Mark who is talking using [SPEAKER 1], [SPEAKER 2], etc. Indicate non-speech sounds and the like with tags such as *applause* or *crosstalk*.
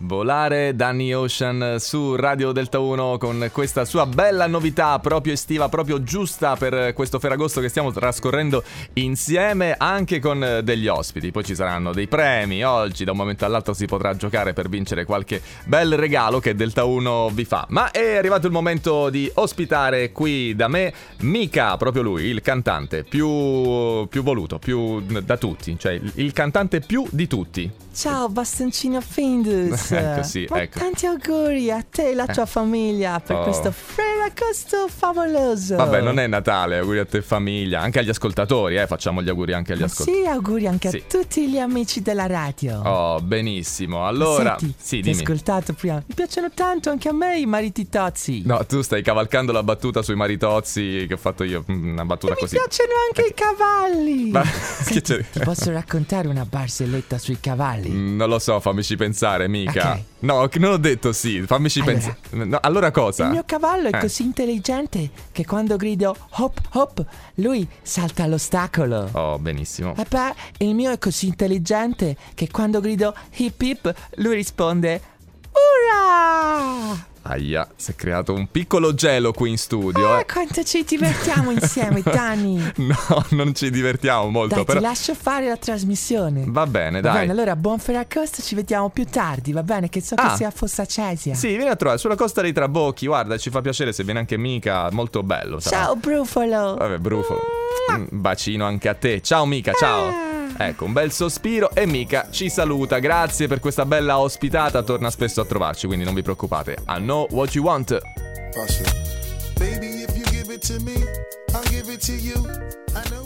[SPEAKER 1] Volare Danny Ocean su Radio Delta 1 con questa sua bella novità proprio estiva, proprio giusta per questo Ferragosto che stiamo trascorrendo insieme anche con degli ospiti. Poi ci saranno dei premi, oggi da un momento all'altro si potrà giocare per vincere qualche bel regalo che Delta 1 vi fa. Ma è arrivato il momento di ospitare qui da me Mika, proprio lui, il cantante più, più voluto, più da tutti, cioè il cantante più di tutti.
[SPEAKER 2] Ciao bastoncino Findus
[SPEAKER 1] *laughs* Ecco, sì,
[SPEAKER 2] Ma
[SPEAKER 1] ecco. Eh.
[SPEAKER 2] Tanti auguri a te e alla tua famiglia Per
[SPEAKER 1] Oh.
[SPEAKER 2] questo Ferragosto favoloso
[SPEAKER 1] Vabbè, non è Natale, auguri a te e famiglia, anche agli ascoltatori, eh, facciamo gli auguri anche agli ascoltatori.
[SPEAKER 2] Ah, Sì, auguri anche
[SPEAKER 1] Sì.
[SPEAKER 2] a tutti gli amici della radio
[SPEAKER 1] Oh, benissimo. Allora,
[SPEAKER 2] Senti,
[SPEAKER 1] sì,
[SPEAKER 2] ti ho
[SPEAKER 1] dimmi.
[SPEAKER 2] ascoltato prima Mi piacciono tanto anche a me i mariti tozzi
[SPEAKER 1] No, tu stai cavalcando la battuta sui maritozzi che ho fatto io, mm, una battuta
[SPEAKER 2] E mi
[SPEAKER 1] così. Ecco.
[SPEAKER 2] piacciono anche i cavalli *laughs*
[SPEAKER 1] Ma- che
[SPEAKER 2] Senti,
[SPEAKER 1] c'è-
[SPEAKER 2] Ti posso raccontare una barzelletta sui cavalli?
[SPEAKER 1] Mm, Non lo so, fammici pensare, mica.
[SPEAKER 2] Ok.
[SPEAKER 1] No, che non ho detto sì, fammici
[SPEAKER 2] Allora.
[SPEAKER 1] pensare. No, allora cosa?
[SPEAKER 2] Il mio cavallo è
[SPEAKER 1] Eh.
[SPEAKER 2] così intelligente che quando grido hop hop lui salta all'ostacolo.
[SPEAKER 1] Oh, benissimo.
[SPEAKER 2] E poi il mio è così intelligente che quando grido hip hip lui risponde Ura!
[SPEAKER 1] Aia, si è creato un piccolo gelo qui in studio.
[SPEAKER 2] Ah,
[SPEAKER 1] eh.
[SPEAKER 2] quanto ci divertiamo insieme, Dani!
[SPEAKER 1] *laughs* No, non ci divertiamo molto,
[SPEAKER 2] Dai,
[SPEAKER 1] però.
[SPEAKER 2] ti lascio fare la trasmissione.
[SPEAKER 1] Va bene,
[SPEAKER 2] Va
[SPEAKER 1] dai.
[SPEAKER 2] bene, allora buon Ferragosto, ci vediamo più tardi, va bene? Che so
[SPEAKER 1] Ah.
[SPEAKER 2] che sia a Fossa Cesia.
[SPEAKER 1] Sì, vieni a trovare sulla costa dei Trabocchi, guarda, ci fa piacere se viene anche mica, molto bello. sarà.
[SPEAKER 2] Ciao, Brufolo!
[SPEAKER 1] Vabbè, brufo. Un bacino anche a te. Ciao Mica, ciao.
[SPEAKER 2] Ah.
[SPEAKER 1] Ecco, un bel sospiro e Mica ci saluta. Grazie per questa bella ospitata. Torna spesso a trovarci, quindi non vi preoccupate. I know what you want.
[SPEAKER 3] Baby, if you give it to me, I'll give it to you. I know